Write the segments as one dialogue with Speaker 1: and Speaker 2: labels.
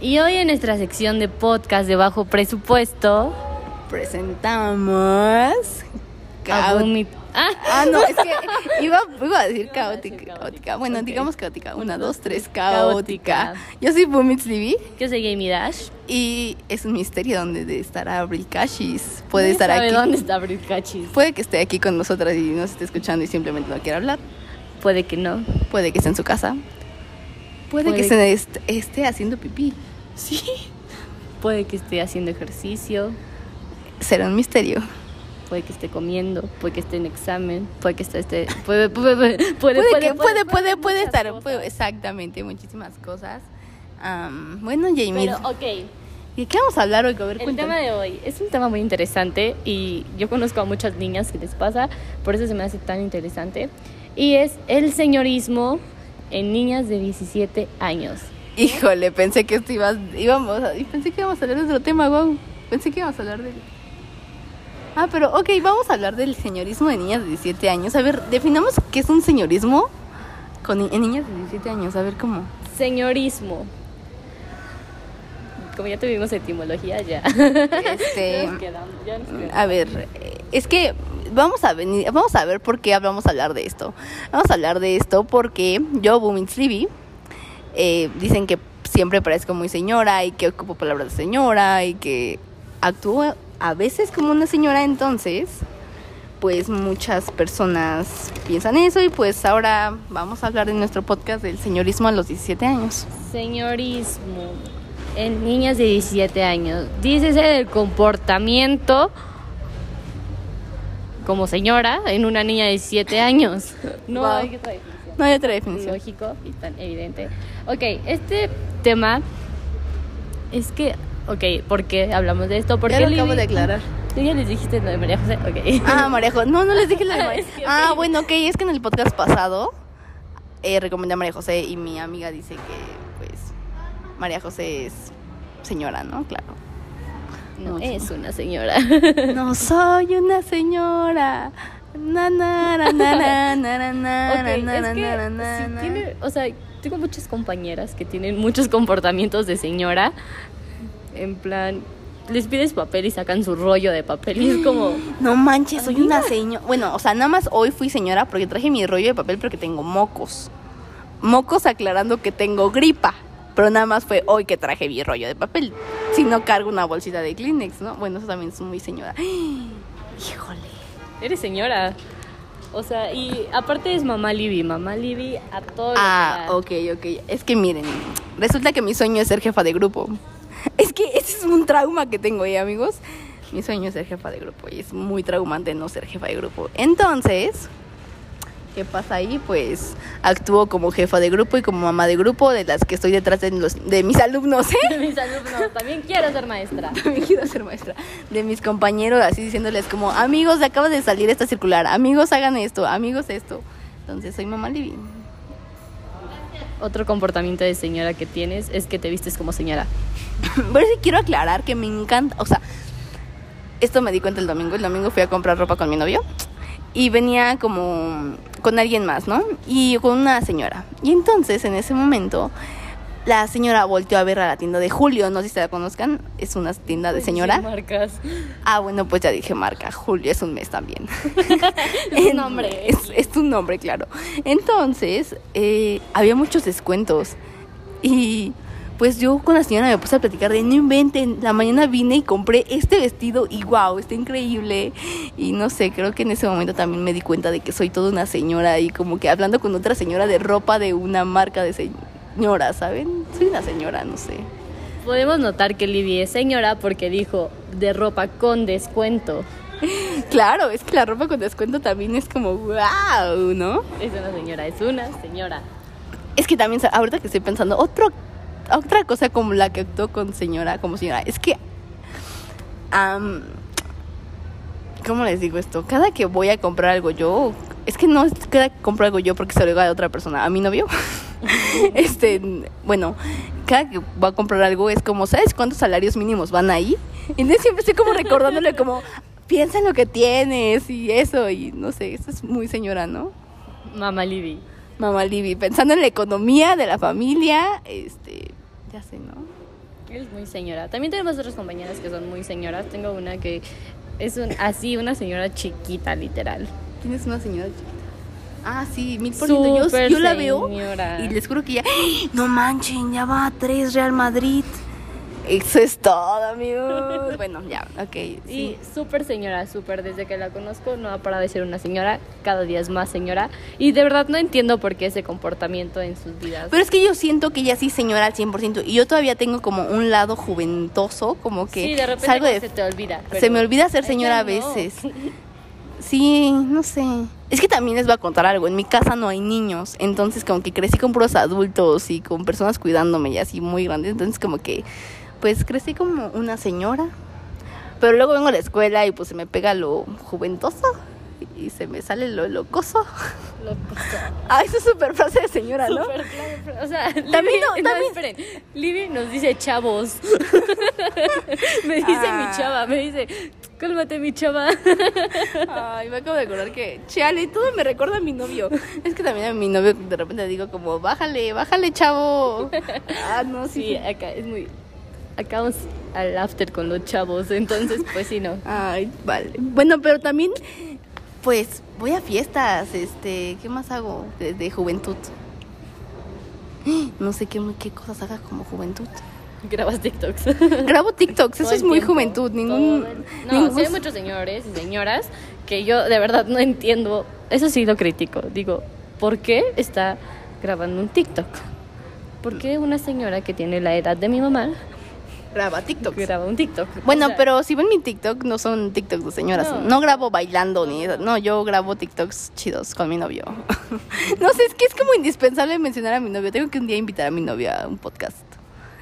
Speaker 1: Y hoy en nuestra sección de podcast de bajo presupuesto,
Speaker 2: presentamos.
Speaker 1: hago
Speaker 2: Caótica.
Speaker 1: mi- Ah,
Speaker 2: Ah, no, es que iba, iba a decir caótica.
Speaker 1: caótica.
Speaker 2: caótica. Bueno,
Speaker 1: Ok.
Speaker 2: digamos caótica. Una, dos, tres,
Speaker 1: Caótica.
Speaker 2: caótica. Yo soy Bumitz Libby
Speaker 1: yo soy Gamey Dash.
Speaker 2: y es un misterio donde de- estará Abril Cashis. Puede
Speaker 1: Nadie
Speaker 2: estar
Speaker 1: sabe
Speaker 2: aquí.
Speaker 1: dónde está Brit Cachis?
Speaker 2: Puede que esté aquí con nosotras y nos esté escuchando y simplemente no quiera hablar.
Speaker 1: Puede que no.
Speaker 2: Puede que esté en su casa. Puede, que
Speaker 1: Puede-
Speaker 2: se est- esté haciendo pipí.
Speaker 1: Sí. Puede que esté haciendo ejercicio,
Speaker 2: Será un misterio.
Speaker 1: puede que esté comiendo, puede que esté en examen, puede que esté... esté- puede, puede, puede,
Speaker 2: puede,
Speaker 1: puede,
Speaker 2: que- puede, puede, puede,
Speaker 1: muchas
Speaker 2: estar.
Speaker 1: cosas.
Speaker 2: puede- exactamente, muchísimas cosas. Am, bueno, Jamie,
Speaker 1: Pero, ok,
Speaker 2: ¿de qué vamos a hablar hoy? A ver,
Speaker 1: el
Speaker 2: cuéntame.
Speaker 1: tema de hoy es un tema muy interesante y yo conozco a muchas niñas que les pasa, por eso se me hace tan interesante. Y es el señorismo en niñas de 17 años.
Speaker 2: Híjole, pensé que esto ibas, íbamos a- y pensé que íbamos a hablar de otro tema, wow. Pensé que íbamos a hablar de... Ah, pero ok, vamos a hablar del señorismo de niñas de 17 años. A ver, definamos qué es un señorismo con ni- en niñas de 17 años. A ver cómo.
Speaker 1: Señorismo. Como ya tuvimos etimología, ya.
Speaker 2: Este,
Speaker 1: Ya nos quedamos, ya nos quedamos.
Speaker 2: A ver, eh, es que vamos a venir, vamos a ver por qué vamos a hablar de esto. Vamos a hablar de esto porque yo, Boomin Sleepy, eh, dicen que siempre parezco muy señora y que ocupo palabras de señora y que actúo a veces como una señora, entonces, pues muchas personas piensan eso y pues ahora vamos a hablar de nuestro podcast del señorismo a los 17 años.
Speaker 1: Señorismo en niñas de 17 años. Dícese del comportamiento como señora en una niña de 17 años. No
Speaker 2: Wow.
Speaker 1: hay otra definición.
Speaker 2: No hay otra definición.
Speaker 1: Lógico y tan evidente. Ok, este tema es que. Ok, ¿por qué hablamos de esto? Porque
Speaker 2: Ya lo acabo de aclarar.
Speaker 1: Tú ya les dijiste lo de María José. Ok.
Speaker 2: Ah, Marejo. No, no les dije la de María.
Speaker 1: Es que
Speaker 2: Ah,
Speaker 1: ok.
Speaker 2: bueno, ok. Es que en el podcast pasado eh, recomendé a María José y mi amiga dice que, pues, María José es señora, ¿no? Claro.
Speaker 1: No,
Speaker 2: no.
Speaker 1: es una señora.
Speaker 2: No soy una señora. Na, na, ra, na, na, na, ra, na,
Speaker 1: Ok,
Speaker 2: ra,
Speaker 1: es
Speaker 2: na, ra,
Speaker 1: que
Speaker 2: na, ra, na,
Speaker 1: si
Speaker 2: na.
Speaker 1: tiene- o sea, tengo muchas compañeras que tienen muchos comportamientos de señora. En plan, les pides papel y sacan su rollo de papel y es como,
Speaker 2: No manches, soy una señora. Bueno, o sea, nada más hoy fui señora porque traje mi rollo de papel porque tengo mocos. Mocos aclarando que tengo gripa. Pero nada más fue hoy que traje mi rollo de papel. Si no cargo una bolsita de Kleenex, ¿no? Bueno, eso también es muy señora. Híjole.
Speaker 1: eres señora. O sea, y aparte es mamá Libby, mamá Libby a todo. lo
Speaker 2: Ah,
Speaker 1: que da.
Speaker 2: ok, ok. Es que miren, resulta que mi sueño es ser jefa de grupo. Es que ese es un trauma que tengo, ¿eh, amigos? Mi sueño es ser jefa de grupo y es muy traumante no ser jefa de grupo. Entonces, ¿qué pasa ahí? Pues actúo como jefa de grupo y como mamá de grupo de las que estoy detrás de, los, de mis alumnos, ¿eh?
Speaker 1: Mis alumnos, también quiero ser maestra.
Speaker 2: También quiero ser maestra. De mis compañeros, así diciéndoles como, amigos, acaba de salir esta circular, amigos, hagan esto, amigos, esto. Entonces, soy mamá Libby.
Speaker 1: Otro comportamiento de señora que tienes es que te vistes como señora.
Speaker 2: Pero sí quiero aclarar que me encanta, o sea, esto me di cuenta el domingo, el domingo fui a comprar ropa con mi novio y venía como con alguien más, ¿no? Y con una señora. Y entonces en ese momento la señora volteó a ver a la tienda de Julio, no sé si se la conozcan, es una tienda de
Speaker 1: Sí,
Speaker 2: señora.
Speaker 1: Marcas.
Speaker 2: Ah, bueno, pues ya dije marca, Julio es un mes también.
Speaker 1: Es un nombre.
Speaker 2: Es, es un nombre, claro. Entonces, eh, había muchos descuentos. Y pues yo con la señora me puse a platicar de no inventen. La mañana vine y compré este vestido y wow, está increíble. Y no sé, creo que en ese momento también me di cuenta de que soy toda una señora y como que hablando con otra señora de ropa de una marca de señora, ¿saben? Soy una señora, no sé.
Speaker 1: Podemos notar que Libby es señora porque dijo de ropa con descuento.
Speaker 2: Claro, es que la ropa con descuento también es como wow, ¿no?
Speaker 1: Es una señora, es una señora.
Speaker 2: Es que también, sa- ahorita que estoy pensando, otro, otra cosa como la que actuó con señora, como señora, es que. am, ¿Cómo les digo esto? Cada que voy a comprar algo yo, es que no es cada que compro algo yo porque se lo digo a otra persona, a mi novio. este, bueno, cada que voy a comprar algo es como, ¿sabes cuántos salarios mínimos van ahí? Y entonces siempre estoy como recordándole, como, piensa en lo que tienes y eso, y no sé, eso es muy señora, ¿no?
Speaker 1: Mamá Libby.
Speaker 2: Mamá Libby, pensando en la economía de la familia, este, ya sé, ¿no?
Speaker 1: Es muy señora. También tenemos otras compañeras que son muy señoras. Tengo una que es un- así, una señora chiquita, literal.
Speaker 2: ¿Quién es una señora chiquita? Ah, sí, mil por ciento. Yo,
Speaker 1: Súper
Speaker 2: yo la veo
Speaker 1: señora.
Speaker 2: y les juro que ya. ¡Ah! No manchen, ya va a tres Real Madrid. Eso es todo, amigos. bueno, ya, ok.
Speaker 1: Y
Speaker 2: Sí.
Speaker 1: súper señora, súper. Desde que la conozco no ha parado de ser una señora. Cada día es más señora. Y de verdad no entiendo por qué ese comportamiento en sus vidas.
Speaker 2: Pero es que yo siento que ella sí, señora, al 100%. Y yo todavía tengo como un lado juventoso, como que
Speaker 1: sí, de repente
Speaker 2: salgo
Speaker 1: como
Speaker 2: de
Speaker 1: se te olvida.
Speaker 2: Se
Speaker 1: pero
Speaker 2: me olvida ser señora a
Speaker 1: ella no.
Speaker 2: veces. Sí, no sé. Es que también les voy a contar algo. En mi casa no hay niños. Entonces, como que crecí con puros adultos y con personas cuidándome y así muy grandes. Entonces, como que, pues crecí como una señora. Pero luego vengo a la escuela y pues se me pega lo juventoso y se me sale lo locoso.
Speaker 1: Lo-
Speaker 2: Ah, eso es súper frase de señora, ¿Ah, ¿no?
Speaker 1: Súper claro, pero, O sea, Libby,
Speaker 2: También no,
Speaker 1: no,
Speaker 2: también-
Speaker 1: esperen. Libby nos dice chavos. me dice
Speaker 2: Ah.
Speaker 1: mi chava, me dice, cálmate mi chava.
Speaker 2: Ay, me acabo de acordar que, chale, todo me recuerda a mi novio. Es que también a mi novio de repente digo como, bájale, bájale, chavo. Ah, no, sí.
Speaker 1: Sí, acá es muy. Acabamos al after con los chavos, entonces pues sí, no.
Speaker 2: Ay, vale. Bueno, pero también, pues, voy a fiestas, este, ¿qué más hago desde juventud? No sé qué, qué cosas haga como juventud.
Speaker 1: Grabas TikToks.
Speaker 2: Grabo TikToks, eso
Speaker 1: Todo el
Speaker 2: es muy
Speaker 1: tiempo,
Speaker 2: juventud,
Speaker 1: todo
Speaker 2: ningún...
Speaker 1: el- No,
Speaker 2: ningún-
Speaker 1: sí hay muchos señores y señoras que yo de verdad no entiendo. Eso sí lo critico. Digo, ¿por qué está grabando un TikTok? ¿Por qué una señora que tiene la edad de mi mamá
Speaker 2: Graba TikToks.
Speaker 1: graba un TikTok?
Speaker 2: Bueno,
Speaker 1: O sea,
Speaker 2: pero si ven mi TikTok, no son TikToks de señoras.
Speaker 1: No.
Speaker 2: No, grabo bailando ni eso. No, yo grabo TikToks chidos con mi novio. no sé, es que es como indispensable mencionar a mi novio. Tengo que un día invitar a mi novio a un podcast.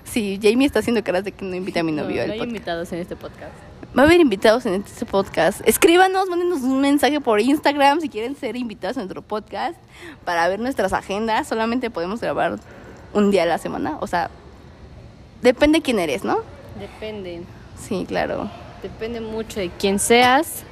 Speaker 2: Sí, Jamie está haciendo caras de que no invita a mi
Speaker 1: no,
Speaker 2: novio al
Speaker 1: no hay
Speaker 2: podcast.
Speaker 1: invitados en este podcast.
Speaker 2: Va a haber invitados en este podcast. Escríbanos, mándenos un mensaje por Instagram si quieren ser invitados a nuestro podcast para ver nuestras agendas. Solamente podemos grabar un día a la semana. O sea, depende quién eres, ¿no?
Speaker 1: Depende.
Speaker 2: Sí, claro.
Speaker 1: Depende mucho de quién seas,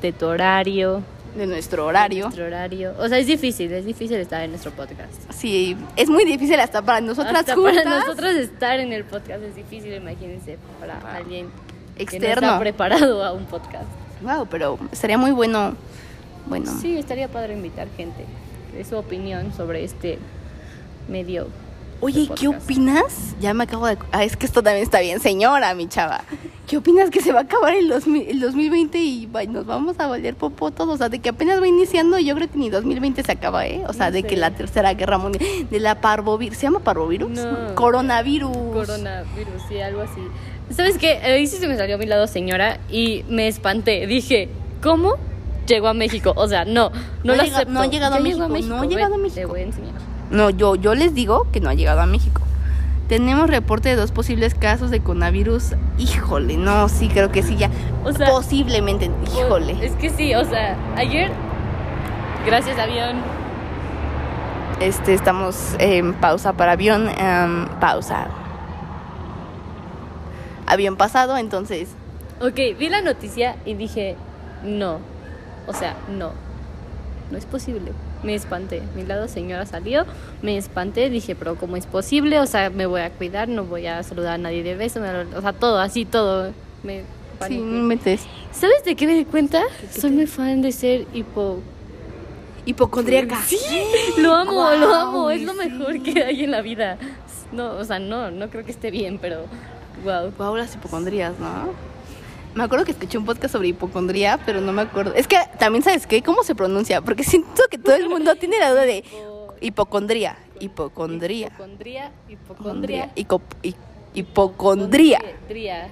Speaker 1: de tu horario,
Speaker 2: De nuestro horario.
Speaker 1: nuestro horario. O sea, es difícil, es difícil estar en nuestro podcast.
Speaker 2: Sí, es muy difícil hasta para nosotras
Speaker 1: Hasta
Speaker 2: juntas.
Speaker 1: para nosotros estar en el podcast es difícil, imagínense, para alguien que no
Speaker 2: Externo.
Speaker 1: está preparado a un podcast.
Speaker 2: Wow, pero sería muy bueno. Bueno,
Speaker 1: Sí, estaría padre invitar gente, de su opinión sobre este medio.
Speaker 2: oye,
Speaker 1: de
Speaker 2: ¿qué
Speaker 1: Este podcast.
Speaker 2: opinas? Ya me acabo de. Ah, es que esto también está bien, señora, mi chava. ¿Qué opinas que se va a acabar el, 2000 el 2020 y va- nos vamos a valer popó todos? O sea, de que apenas va iniciando, yo creo que ni 2020 se acaba, ¿eh? O sea,
Speaker 1: No
Speaker 2: de
Speaker 1: sé.
Speaker 2: que la tercera guerra mundial. De la parvovirus. ¿Se llama parvovirus?
Speaker 1: No.
Speaker 2: Coronavirus.
Speaker 1: Coronavirus y algo así. ¿Sabes qué? Ahí sí se me salió a mi lado señora y me espanté. Dije, ¿cómo llegó a México? O sea, no, no,
Speaker 2: No
Speaker 1: lo
Speaker 2: llega-
Speaker 1: acepto.
Speaker 2: no ha llegado a
Speaker 1: Ya
Speaker 2: México, no ha
Speaker 1: Ve,
Speaker 2: llegado a
Speaker 1: Te
Speaker 2: México.
Speaker 1: voy a enseñar.
Speaker 2: No, yo, yo les digo que no ha llegado a México. Tenemos reporte de dos posibles casos de coronavirus. Híjole, no, sí, creo que sí, ya.
Speaker 1: O sea,
Speaker 2: Posiblemente, híjole.
Speaker 1: Es que sí, o sea, ayer, gracias avión,
Speaker 2: Este, estamos en pausa para avión. em, pausa. Avión pasado, entonces.
Speaker 1: Ok, vi la noticia y dije, no. O sea, no. No es posible. Me espanté. Mi lado señora salió, me espanté, dije, pero ¿cómo es posible? O sea, me voy a cuidar, no voy a saludar a nadie de beso, me- o sea, todo, así todo. Me
Speaker 2: Sí,
Speaker 1: paniqué.
Speaker 2: no metes.
Speaker 1: ¿Sabes de qué me di cuenta?
Speaker 2: qué
Speaker 1: Soy
Speaker 2: te-
Speaker 1: muy fan de ser hipo.
Speaker 2: Hipocondríaca. Sí.
Speaker 1: Lo amo, lo
Speaker 2: Guau,
Speaker 1: amo, es lo
Speaker 2: sí.
Speaker 1: mejor que hay en la vida. No, o sea, no, no creo que esté bien, pero wow.
Speaker 2: Wow, las hipocondrías, ¿no? Me acuerdo que escuché un podcast sobre hipocondría, pero no me acuerdo. Es que también, ¿sabes qué? ¿Cómo se pronuncia? Porque siento que todo el mundo tiene la duda de hipocondría. Hipocondría.
Speaker 1: Hipocondría, hipocondría.
Speaker 2: Hipocondría. Hico- hi- Hipocondría.
Speaker 1: Dría.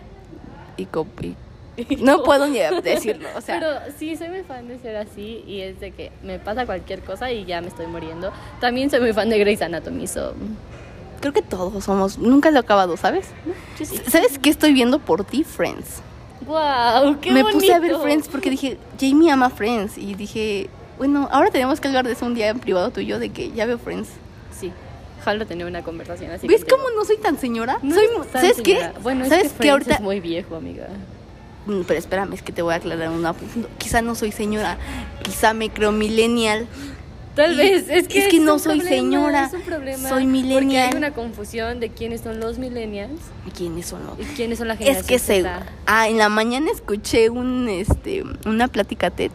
Speaker 2: Hico- hi- No puedo ni decirlo. O sea,
Speaker 1: Pero sí, soy muy fan de ser así y es de que me pasa cualquier cosa y ya me estoy muriendo. También soy muy fan de Grey's Anatomy, so...
Speaker 2: creo que todos somos. Nunca lo he acabado, ¿sabes? ¿Sabes qué estoy viendo por ti, Friends?
Speaker 1: ¡Wow! ¡Qué
Speaker 2: Me
Speaker 1: bonito!
Speaker 2: puse a ver Friends porque dije, Jamie ama Friends. Y dije, bueno, ahora tenemos que hablar de eso un día en privado tú y yo, de que ya veo Friends.
Speaker 1: Sí, jalo tener una conversación así.
Speaker 2: ¿Ves
Speaker 1: contigo.
Speaker 2: cómo no soy tan señora?
Speaker 1: No
Speaker 2: soy,
Speaker 1: eres
Speaker 2: mu-
Speaker 1: tan
Speaker 2: ¿Sabes
Speaker 1: señora.
Speaker 2: qué?
Speaker 1: Bueno,
Speaker 2: ¿Sabes
Speaker 1: es que
Speaker 2: qué
Speaker 1: Friends
Speaker 2: ahorita?
Speaker 1: es muy viejo, amiga.
Speaker 2: Mm, Pero espérame, es que te voy a aclarar una. Quizá no soy señora, quizá me creo millennial,
Speaker 1: Tal
Speaker 2: Y-
Speaker 1: vez, es que,
Speaker 2: es que
Speaker 1: es
Speaker 2: no
Speaker 1: un
Speaker 2: soy
Speaker 1: problema,
Speaker 2: señora,
Speaker 1: es un problema,
Speaker 2: soy
Speaker 1: Porque
Speaker 2: millennial.
Speaker 1: hay una confusión de quiénes son los millennials
Speaker 2: ¿Quiénes son los
Speaker 1: y quiénes son la generación
Speaker 2: Es que se
Speaker 1: Z.
Speaker 2: Ah, en la mañana escuché un este una plática TED.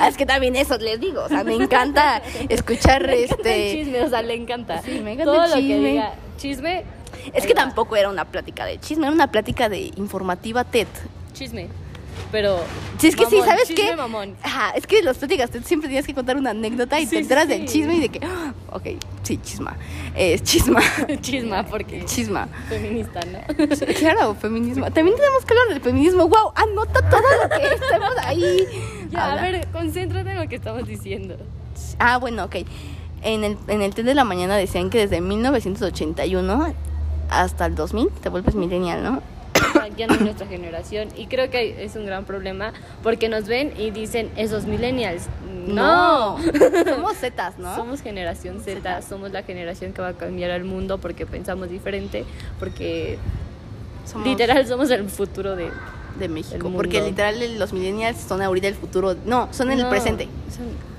Speaker 2: Ah, es que también eso les digo, o sea, me encanta escuchar
Speaker 1: Le encanta el
Speaker 2: este
Speaker 1: chisme, o sea, le encanta.
Speaker 2: Sí, me encanta
Speaker 1: Todo
Speaker 2: el
Speaker 1: lo que
Speaker 2: chisme.
Speaker 1: diga chisme.
Speaker 2: Es
Speaker 1: ahí
Speaker 2: que
Speaker 1: va.
Speaker 2: tampoco era una plática de chisme, era una plática de informativa TED.
Speaker 1: Chisme. Pero.
Speaker 2: Si es que sí,
Speaker 1: mamón,
Speaker 2: ¿sabes
Speaker 1: chisme
Speaker 2: qué?
Speaker 1: mamón.
Speaker 2: Ajá, es que en las pláticas TED siempre tienes que contar una anécdota y
Speaker 1: Sí,
Speaker 2: te
Speaker 1: sí,
Speaker 2: enteras del
Speaker 1: sí.
Speaker 2: chisme y de que, ah, ok, sí, chisma. Eh, chisma.
Speaker 1: Chisma, porque.
Speaker 2: chisma.
Speaker 1: Feminista, ¿no?
Speaker 2: Claro, feminismo. También tenemos que hablar del feminismo. Wow, anota todo lo que estamos ahí.
Speaker 1: Ya,
Speaker 2: Habla.
Speaker 1: a ver, concéntrate en lo que estamos diciendo.
Speaker 2: Ah, bueno, ok. En el, en el TED de la mañana decían que desde 1981 hasta el 2000 te vuelves millennial, ¿no?
Speaker 1: Ya no es nuestra generación. Y creo que es un gran problema porque nos ven y dicen esos millennials. No.
Speaker 2: Somos zetas, ¿no?
Speaker 1: Somos generación Z, somos la generación que va a cambiar el mundo porque pensamos diferente, porque
Speaker 2: Somos
Speaker 1: literal somos el futuro de
Speaker 2: de México.
Speaker 1: del
Speaker 2: Porque
Speaker 1: mundo.
Speaker 2: literal los millennials son ahorita el futuro. No, son el
Speaker 1: No,
Speaker 2: presente.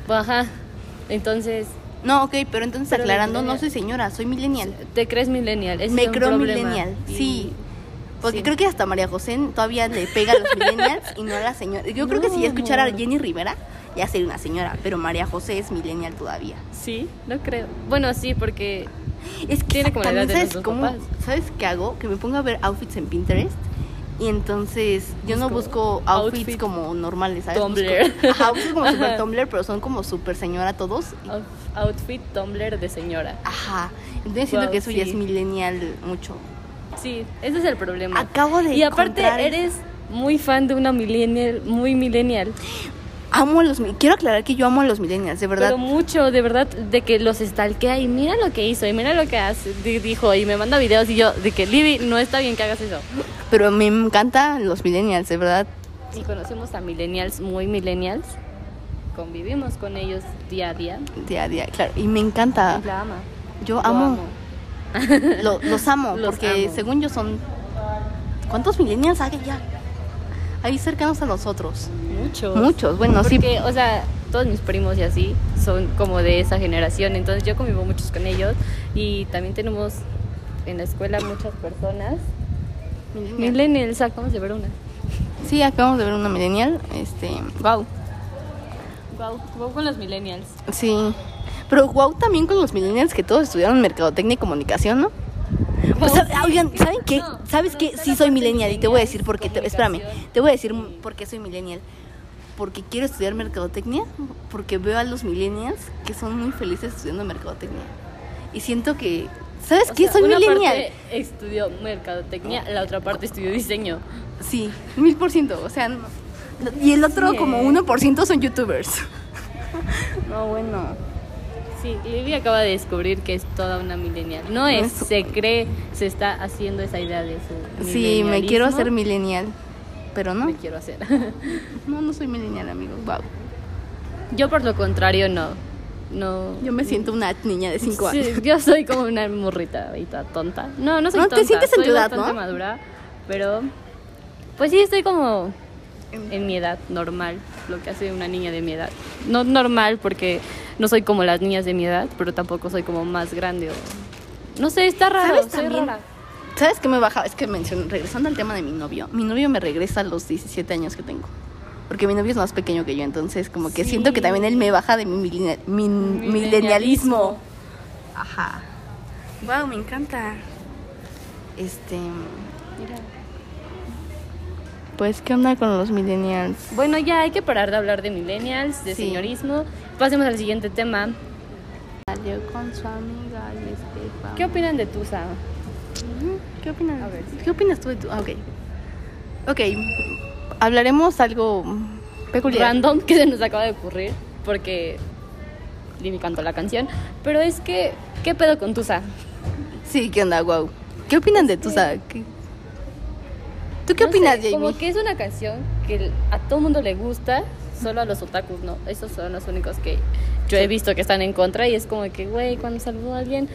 Speaker 1: son- Ajá. Entonces,
Speaker 2: No, ok, pero entonces
Speaker 1: Pero
Speaker 2: aclarando,
Speaker 1: millennial.
Speaker 2: no soy señora, soy millennial.
Speaker 1: te crees millennial. Ese es
Speaker 2: Me
Speaker 1: un
Speaker 2: creo
Speaker 1: problema.
Speaker 2: millennial,
Speaker 1: Y-
Speaker 2: sí. Porque
Speaker 1: sí.
Speaker 2: creo que hasta María José todavía le pega a los millennials y no a la señora. Yo creo que si ya escuchara a
Speaker 1: No.
Speaker 2: Jenny Rivera, ya sería una señora, pero María José es millennial todavía.
Speaker 1: Sí, no creo. Bueno, sí, porque
Speaker 2: Es que
Speaker 1: Tiene como la edad
Speaker 2: también,
Speaker 1: de
Speaker 2: ¿sabes
Speaker 1: nuestros
Speaker 2: cómo?
Speaker 1: papás.
Speaker 2: ¿Sabes qué hago? Que me pongo a ver outfits en Pinterest y entonces yo no
Speaker 1: Busco
Speaker 2: busco outfits
Speaker 1: outfit.
Speaker 2: como normales, ¿sabes? Busco-
Speaker 1: Tumblr.
Speaker 2: ajá, busco como super
Speaker 1: Ajá.
Speaker 2: Tumblr, pero son como super señora todos. y-
Speaker 1: out- outfit Tumblr de señora.
Speaker 2: Ajá. Entonces siento
Speaker 1: Wow,
Speaker 2: que eso ya
Speaker 1: sí.
Speaker 2: es millennial mucho.
Speaker 1: Sí, ese es el problema.
Speaker 2: Acabo de
Speaker 1: y aparte
Speaker 2: encontrar-
Speaker 1: eres muy fan de una millennial, muy millennial.
Speaker 2: Amo a los mi- quiero aclarar que yo amo a los millennials, de verdad.
Speaker 1: Pero mucho, de verdad, de que los stalkea y mira lo que hizo y mira lo que hace, di- dijo y me manda videos y yo, de que Libby, no está bien que hagas eso.
Speaker 2: Pero me encantan los millennials, de verdad.
Speaker 1: Y conocemos a millennials, muy millennials, convivimos con ellos día a día.
Speaker 2: Día a día, claro. Y me encanta.
Speaker 1: Y la ama.
Speaker 2: Yo
Speaker 1: Lo
Speaker 2: amo. Lo- los amo,
Speaker 1: Los
Speaker 2: porque
Speaker 1: amo.
Speaker 2: según yo son. ¿Cuántos millennials hay ya? Ahí cercanos a nosotros.
Speaker 1: Muchos.
Speaker 2: Muchos, bueno, sí.
Speaker 1: Porque, o sea, todos mis primos y así son como de esa generación, entonces yo convivo muchos con ellos y también tenemos en la escuela muchas personas.
Speaker 2: millennials.
Speaker 1: Millennials, ah, acabamos de ver una.
Speaker 2: Sí, acabamos de ver una millennial. Este, wow.
Speaker 1: Wow, wow con los millennials.
Speaker 2: Sí. Pero wow también con los millennials que todos estudiaron mercadotecnia y comunicación, ¿no? O sea, oigan, ¿saben qué?
Speaker 1: No,
Speaker 2: ¿Sabes
Speaker 1: pero
Speaker 2: qué?
Speaker 1: está
Speaker 2: Sí
Speaker 1: la
Speaker 2: soy
Speaker 1: parte
Speaker 2: millennial y te voy a decir
Speaker 1: millennials,
Speaker 2: por qué. Te- espérame,
Speaker 1: comunicación.
Speaker 2: te voy a decir
Speaker 1: Sí.
Speaker 2: por qué soy millennial. Porque quiero estudiar mercadotecnia, porque veo a los millennials que son muy felices estudiando mercadotecnia. Y siento que, ¿sabes
Speaker 1: O
Speaker 2: qué?
Speaker 1: sea,
Speaker 2: soy
Speaker 1: una
Speaker 2: millennial.
Speaker 1: parte estudió mercadotecnia, la otra parte estudió diseño.
Speaker 2: Sí, mil por ciento. O sea, no- y el otro
Speaker 1: Sí,
Speaker 2: como
Speaker 1: ¿eh?
Speaker 2: 1% son youtubers. No, bueno.
Speaker 1: Sí, Libby acaba de descubrir que es toda una millennial. No es,
Speaker 2: es-
Speaker 1: se cree, se está haciendo esa idea de su
Speaker 2: Sí, me quiero hacer
Speaker 1: millennialismo.
Speaker 2: millennial. Pero no,
Speaker 1: Me quiero hacer.
Speaker 2: no, no soy millennial, amigos. Wow.
Speaker 1: Yo por lo contrario no. No.
Speaker 2: Yo me siento una niña de 5
Speaker 1: Sí,
Speaker 2: años.
Speaker 1: yo soy como una morrita ahí toda tonta. No, no soy
Speaker 2: No, te
Speaker 1: tonta.
Speaker 2: sientes en
Speaker 1: soy
Speaker 2: tu edad,
Speaker 1: bastante
Speaker 2: ¿no?
Speaker 1: madura, pero pues sí estoy como en mi edad normal, lo que hace una niña de mi edad. No normal porque no soy como las niñas de mi edad, pero tampoco soy como más grande o no sé, está raro,
Speaker 2: ¿Sabes
Speaker 1: soy
Speaker 2: también?
Speaker 1: rara.
Speaker 2: ¿Sabes qué me baja? Es que menciono, regresando al tema de mi novio, mi novio me regresa a los 17 años que tengo. Porque mi novio es más pequeño que yo, entonces como que
Speaker 1: Sí.
Speaker 2: siento que también él me baja de mi, milenia- mi- milenialismo.
Speaker 1: Milenialismo.
Speaker 2: Ajá. Wow, me encanta. Este,
Speaker 1: Mira.
Speaker 2: pues qué onda con los millennials.
Speaker 1: Bueno, ya hay que parar de hablar de millennials, de
Speaker 2: Sí.
Speaker 1: señorismo. Pasemos al siguiente tema.
Speaker 2: Salió con su amiga y
Speaker 1: ¿Qué opinan de Tusa?
Speaker 2: Ujú. ¿Qué opinas?
Speaker 1: A ver, sí.
Speaker 2: ¿Qué opinas tú de tu? ah, ok. Ok. Hablaremos algo peculiar.
Speaker 1: random que se nos acaba de ocurrir porque Lini cantó la canción, pero es que ¿qué pedo con Tusa?
Speaker 2: Sí, ¿qué onda? Wow. ¿Qué opinan de tu sa- qué- ¿Tú qué
Speaker 1: No sé,
Speaker 2: opinas, Jamie?
Speaker 1: Como que es una canción que a todo mundo le gusta, solo a los otakus no. Esos son los únicos que yo he visto que están en contra y es como que, güey, cuando saludo a alguien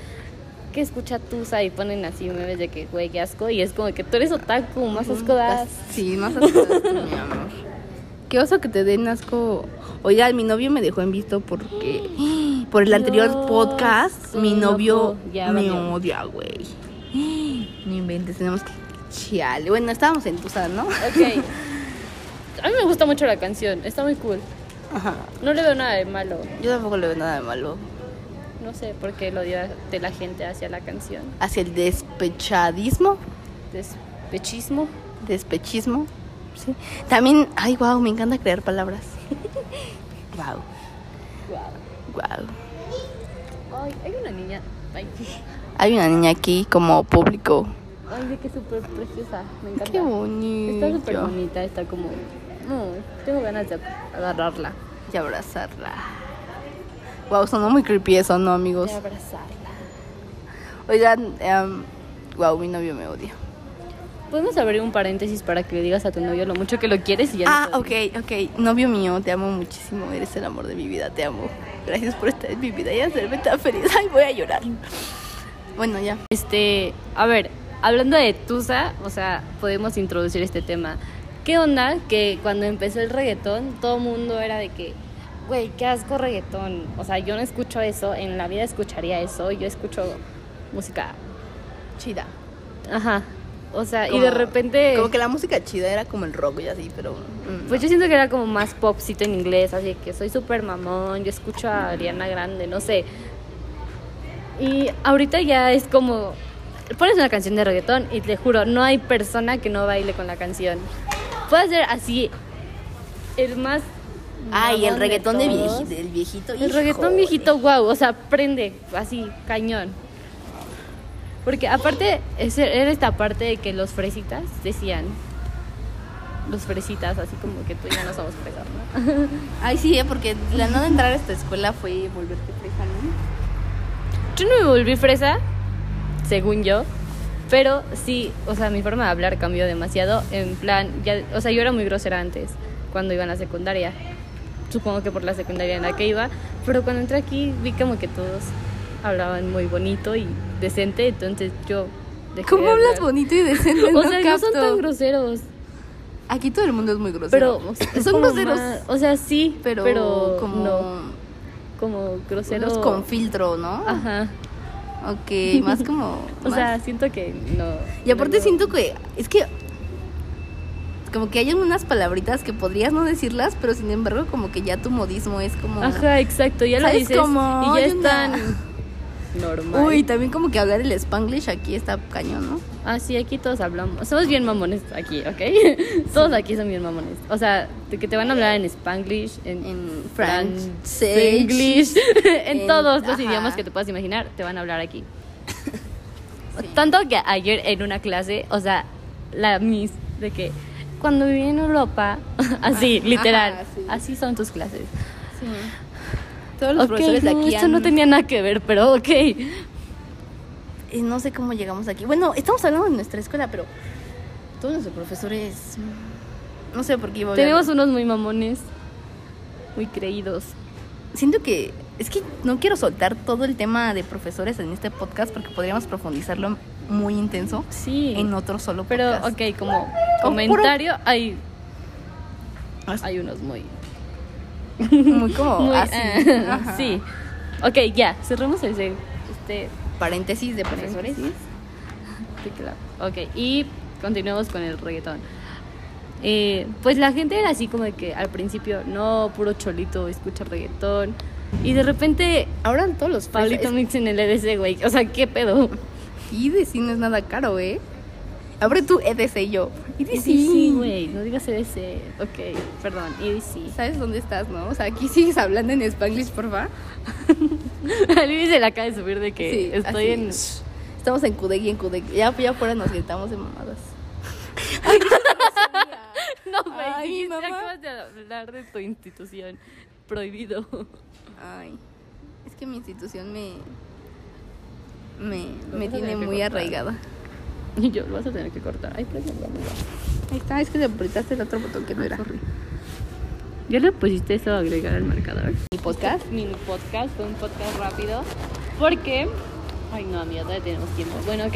Speaker 1: que escucha Tusa y ponen así memes de que, güey, qué asco y es como que tú eres otaku, más asco das.
Speaker 2: Sí, más asco das, mi amor. Qué oso que te den asco. Oiga, mi novio me dejó en visto porque por el anterior
Speaker 1: Dios,
Speaker 2: podcast, mi
Speaker 1: sí,
Speaker 2: novio
Speaker 1: loco, ya
Speaker 2: me
Speaker 1: valió.
Speaker 2: odia, güey. No inventes, tenemos que. Chale. Bueno, estábamos en Tucson, ¿no?
Speaker 1: Ok. A mí me gusta mucho la canción, está muy cool.
Speaker 2: Ajá.
Speaker 1: No le veo nada de malo.
Speaker 2: Yo tampoco le veo nada de malo.
Speaker 1: No sé por qué el odio de la gente hacia la canción.
Speaker 2: Hacia el despechadismo.
Speaker 1: Despechismo.
Speaker 2: Despechismo. Sí. También, ay, wow, me encanta crear palabras. wow, wow.
Speaker 1: Ay, hay una niña. Ay,
Speaker 2: Hay una niña aquí como público.
Speaker 1: ay de que súper preciosa. Me encanta.
Speaker 2: Qué bonito.
Speaker 1: Está súper bonita, está como. No, tengo ganas de agarrarla.
Speaker 2: Y abrazarla. Wow, sonó muy creepy eso, ¿no, amigos?
Speaker 1: De abrazarla.
Speaker 2: Oigan, wow, mi novio me odia.
Speaker 1: Podemos abrir un paréntesis para que le digas a tu novio lo mucho que lo quieres y ya.
Speaker 2: Ah,
Speaker 1: no
Speaker 2: ok, ok. Novio mío, te amo muchísimo. Eres el amor de mi vida, te amo. Gracias por estar en mi vida y hacerme tan feliz. Ay, voy a llorar. Bueno, ya.
Speaker 1: Este, a ver, hablando de Tusa, o sea, podemos introducir este tema. ¿Qué onda que cuando empezó el reggaetón, todo el mundo era de que, güey, qué asco reggaetón? O sea, yo no escucho eso, en la vida escucharía eso, yo escucho música.
Speaker 2: Chida.
Speaker 1: Ajá. O sea, y
Speaker 2: Como-
Speaker 1: de repente.
Speaker 2: Como que la música chida era como el rock y así, pero. mm,
Speaker 1: Pues yo siento que era como más popcito en inglés, así que soy súper mamón, yo escucho a Ariana Grande, no sé. Y ahorita ya es como, pones una canción de reggaetón y te juro, no hay persona que no baile con la canción. Puede ser así, el más...
Speaker 2: Ay, el
Speaker 1: mamón
Speaker 2: reggaetón de
Speaker 1: todos.
Speaker 2: viejito, el viejito.
Speaker 1: El reggaetón
Speaker 2: híjole.
Speaker 1: viejito, wow, o sea, prende así, cañón. Porque aparte, ese- era esta parte de que los fresitas decían, los fresitas, así como que tú y yo no somos fresas, ¿no?
Speaker 2: Ay, sí, eh, porque la no de entrar a esta escuela fue volverte fresa, ¿no?
Speaker 1: Yo no me volví fresa, según yo, pero sí, o sea, mi forma de hablar cambió demasiado. En plan, ya, o sea, yo era muy grosera antes, cuando iba a la secundaria. Supongo que por la secundaria en la que iba, pero cuando entré aquí vi como que todos hablaban muy bonito y decente, entonces yo. dejé de
Speaker 2: ¿Cómo hablas
Speaker 1: hablar.
Speaker 2: bonito y decente?
Speaker 1: O sea, no son
Speaker 2: capto.
Speaker 1: tan groseros,
Speaker 2: Aquí todo el mundo es muy grosero.
Speaker 1: pero. o sea,
Speaker 2: son
Speaker 1: como
Speaker 2: groseros,
Speaker 1: más- o sea, sí,
Speaker 2: pero,
Speaker 1: pero.
Speaker 2: como
Speaker 1: No, como grosero.
Speaker 2: unos con filtro, ¿no?
Speaker 1: Ajá.
Speaker 2: Ok, más como.
Speaker 1: O
Speaker 2: más-
Speaker 1: sea, siento que no.
Speaker 2: y aparte
Speaker 1: no-
Speaker 2: siento que. Es que. Como que hay unas palabritas que podrías no decirlas, pero sin embargo, como que ya tu modismo es como.
Speaker 1: Ajá, exacto, ya lo
Speaker 2: ¿Sabes
Speaker 1: dices
Speaker 2: cómo?
Speaker 1: y ya
Speaker 2: Hay una-
Speaker 1: están normal.
Speaker 2: Uy, también como que hablar el spanglish aquí está cañón, ¿no?
Speaker 1: Ah, sí, aquí todos hablamos. Somos bien mamones aquí, ¿ok? Todos aquí son bien mamones. O sea, de que te van a hablar en spanglish, en,
Speaker 2: En francés.
Speaker 1: English, en,
Speaker 2: en-
Speaker 1: todos los
Speaker 2: ajá.
Speaker 1: idiomas que te puedas imaginar, te van a hablar aquí. Tanto que ayer en una clase, o sea, la miss de que cuando viví en Europa, así,
Speaker 2: Ajá,
Speaker 1: literal,
Speaker 2: Ah, ajá, sí.
Speaker 1: así son tus clases.
Speaker 2: Sí. Todos los
Speaker 1: Ok,
Speaker 2: profesores de
Speaker 1: no,
Speaker 2: aquí
Speaker 1: esto no
Speaker 2: han-
Speaker 1: tenía nada que ver, pero ok.
Speaker 2: Y Eh, no sé cómo llegamos aquí. Bueno, estamos hablando de nuestra escuela, pero todos nuestros profesores. mm, No sé por qué iba a hablar.
Speaker 1: Tenemos unos muy mamones, muy creídos.
Speaker 2: Siento que. Es que no quiero soltar todo el tema de profesores en este podcast porque podríamos profundizarlo muy intenso
Speaker 1: Sí.
Speaker 2: en otro solo
Speaker 1: pero,
Speaker 2: podcast.
Speaker 1: ok, como
Speaker 2: puro-
Speaker 1: comentario, hay,
Speaker 2: As-
Speaker 1: hay unos muy.
Speaker 2: Muy como
Speaker 1: muy,
Speaker 2: así.
Speaker 1: eh,
Speaker 2: Ajá.
Speaker 1: sí. Ok, ya, cerremos ese. Este,
Speaker 2: Paréntesis de profesores.
Speaker 1: Paréntesis. sí, claro. Ok, y continuemos con el reggaetón. Eh, pues la gente era así como de que al principio, no, puro cholito, escucha reggaetón. Y de repente,
Speaker 2: Ahora en todos los
Speaker 1: Pablito
Speaker 2: profes-
Speaker 1: Mix en el EDC, güey. O sea, ¿qué pedo?
Speaker 2: Y sí no es nada caro, ¿eh? Abre tu EDC y yo. Y
Speaker 1: Sí,
Speaker 2: de
Speaker 1: sí, E güey, no digas EDC. Ok, perdón, EDC.
Speaker 2: ¿Sabes dónde estás, no? O sea, aquí sigues hablando en spanglish, porfa.
Speaker 1: Luis se la acaba de subir de que
Speaker 2: Sí,
Speaker 1: estoy
Speaker 2: así. Estamos en Cudec y en Cudec. Ya, ya afuera nos gritamos de mamadas.
Speaker 1: en. No, güey,
Speaker 2: Ay,
Speaker 1: dijiste,
Speaker 2: mamá.
Speaker 1: acabas de hablar de tu institución. Prohibido.
Speaker 2: Ay, es que mi institución me. me,
Speaker 1: Lo
Speaker 2: me
Speaker 1: vas a
Speaker 2: tiene
Speaker 1: tener que
Speaker 2: muy
Speaker 1: cortar.
Speaker 2: arraigada.
Speaker 1: Y yo lo vas a tener que cortar. Ay, perdón, vamos.
Speaker 2: Ahí está, es que le apretaste el otro botón que no era.
Speaker 1: ¿Ya le pusiste eso a agregar al marcador?
Speaker 2: Mi podcast.
Speaker 1: Mini podcast, fue un podcast rápido. Porque. Ay, no, amiga, todavía tenemos tiempo. Bueno, ok.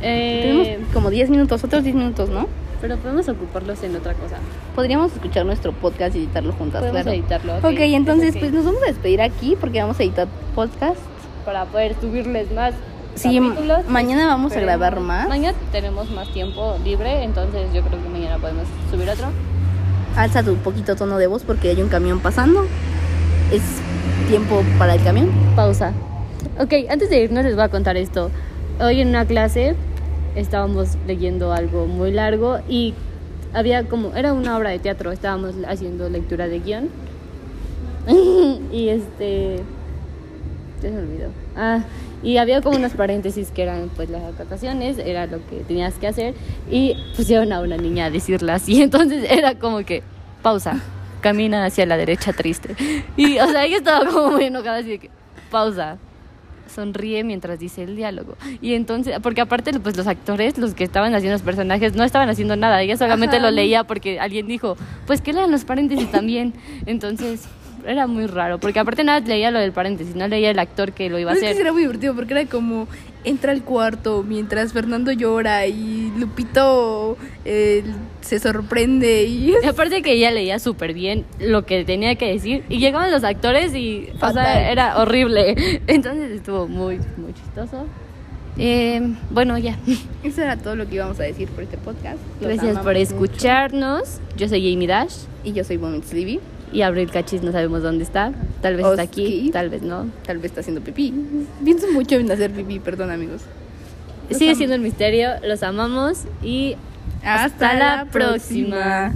Speaker 1: Eh,
Speaker 2: Tenemos como 10 minutos, otros 10 minutos, ¿no?
Speaker 1: pero podemos ocuparlos en otra cosa.
Speaker 2: Podríamos escuchar nuestro podcast y editarlo juntas,
Speaker 1: Podemos
Speaker 2: claro.
Speaker 1: editarlo.
Speaker 2: Ok, entonces
Speaker 1: es ok.
Speaker 2: pues nos vamos a despedir aquí porque vamos a editar podcast.
Speaker 1: para poder subirles más.
Speaker 2: Sí,
Speaker 1: capítulos,
Speaker 2: mañana vamos a
Speaker 1: pero
Speaker 2: grabar más.
Speaker 1: Mañana tenemos más tiempo libre, entonces yo creo que mañana podemos subir otro.
Speaker 2: Alza tu poquito tono de voz porque hay un camión pasando. Es tiempo para el camión.
Speaker 1: Pausa. Ok, antes de irnos les voy a contar esto. Hoy en una clase estábamos leyendo algo muy largo y había como, era una obra de teatro, estábamos haciendo lectura de guión. y este... Ya se me olvidó. Ah, y había como unos paréntesis que eran pues las acotaciones, era lo que tenías que hacer y pusieron a una niña a decirlas y entonces era como que pausa, camina hacia la derecha triste. Y o sea, ella estaba como muy enojada así de que pausa. Sonríe mientras dice el diálogo. Y entonces, porque aparte, pues los actores, los que estaban haciendo los personajes, no estaban haciendo nada. Ella solamente
Speaker 2: Ajá.
Speaker 1: lo leía porque alguien dijo, pues que lean los paréntesis también. Entonces, era muy raro. Porque aparte, nada, más leía lo del paréntesis, no leía el actor que lo iba a
Speaker 2: Pero es que
Speaker 1: hacer.
Speaker 2: sí era muy divertido porque era como entra al cuarto mientras Fernando llora y Lupito eh, se sorprende y
Speaker 1: Y aparte que ella leía súper bien lo que tenía que decir y llegaban los actores y o sea,
Speaker 2: Fatal.
Speaker 1: era horrible. Entonces estuvo muy, muy chistoso. Eh, bueno, ya.
Speaker 2: eso era todo lo que íbamos a decir por este podcast. Los
Speaker 1: Gracias
Speaker 2: amamos
Speaker 1: por
Speaker 2: mucho.
Speaker 1: escucharnos. Yo soy Jamie Dash
Speaker 2: Y yo soy Vomit Sleepy.
Speaker 1: y Abril Cachis no sabemos dónde está. Tal vez está aquí,
Speaker 2: Oski.
Speaker 1: tal vez no.
Speaker 2: Tal vez está haciendo pipí. Pienso mucho en hacer pipí, perdón amigos. Los
Speaker 1: Sigue
Speaker 2: am-
Speaker 1: siendo un misterio, los amamos y
Speaker 2: Hasta,
Speaker 1: la próxima.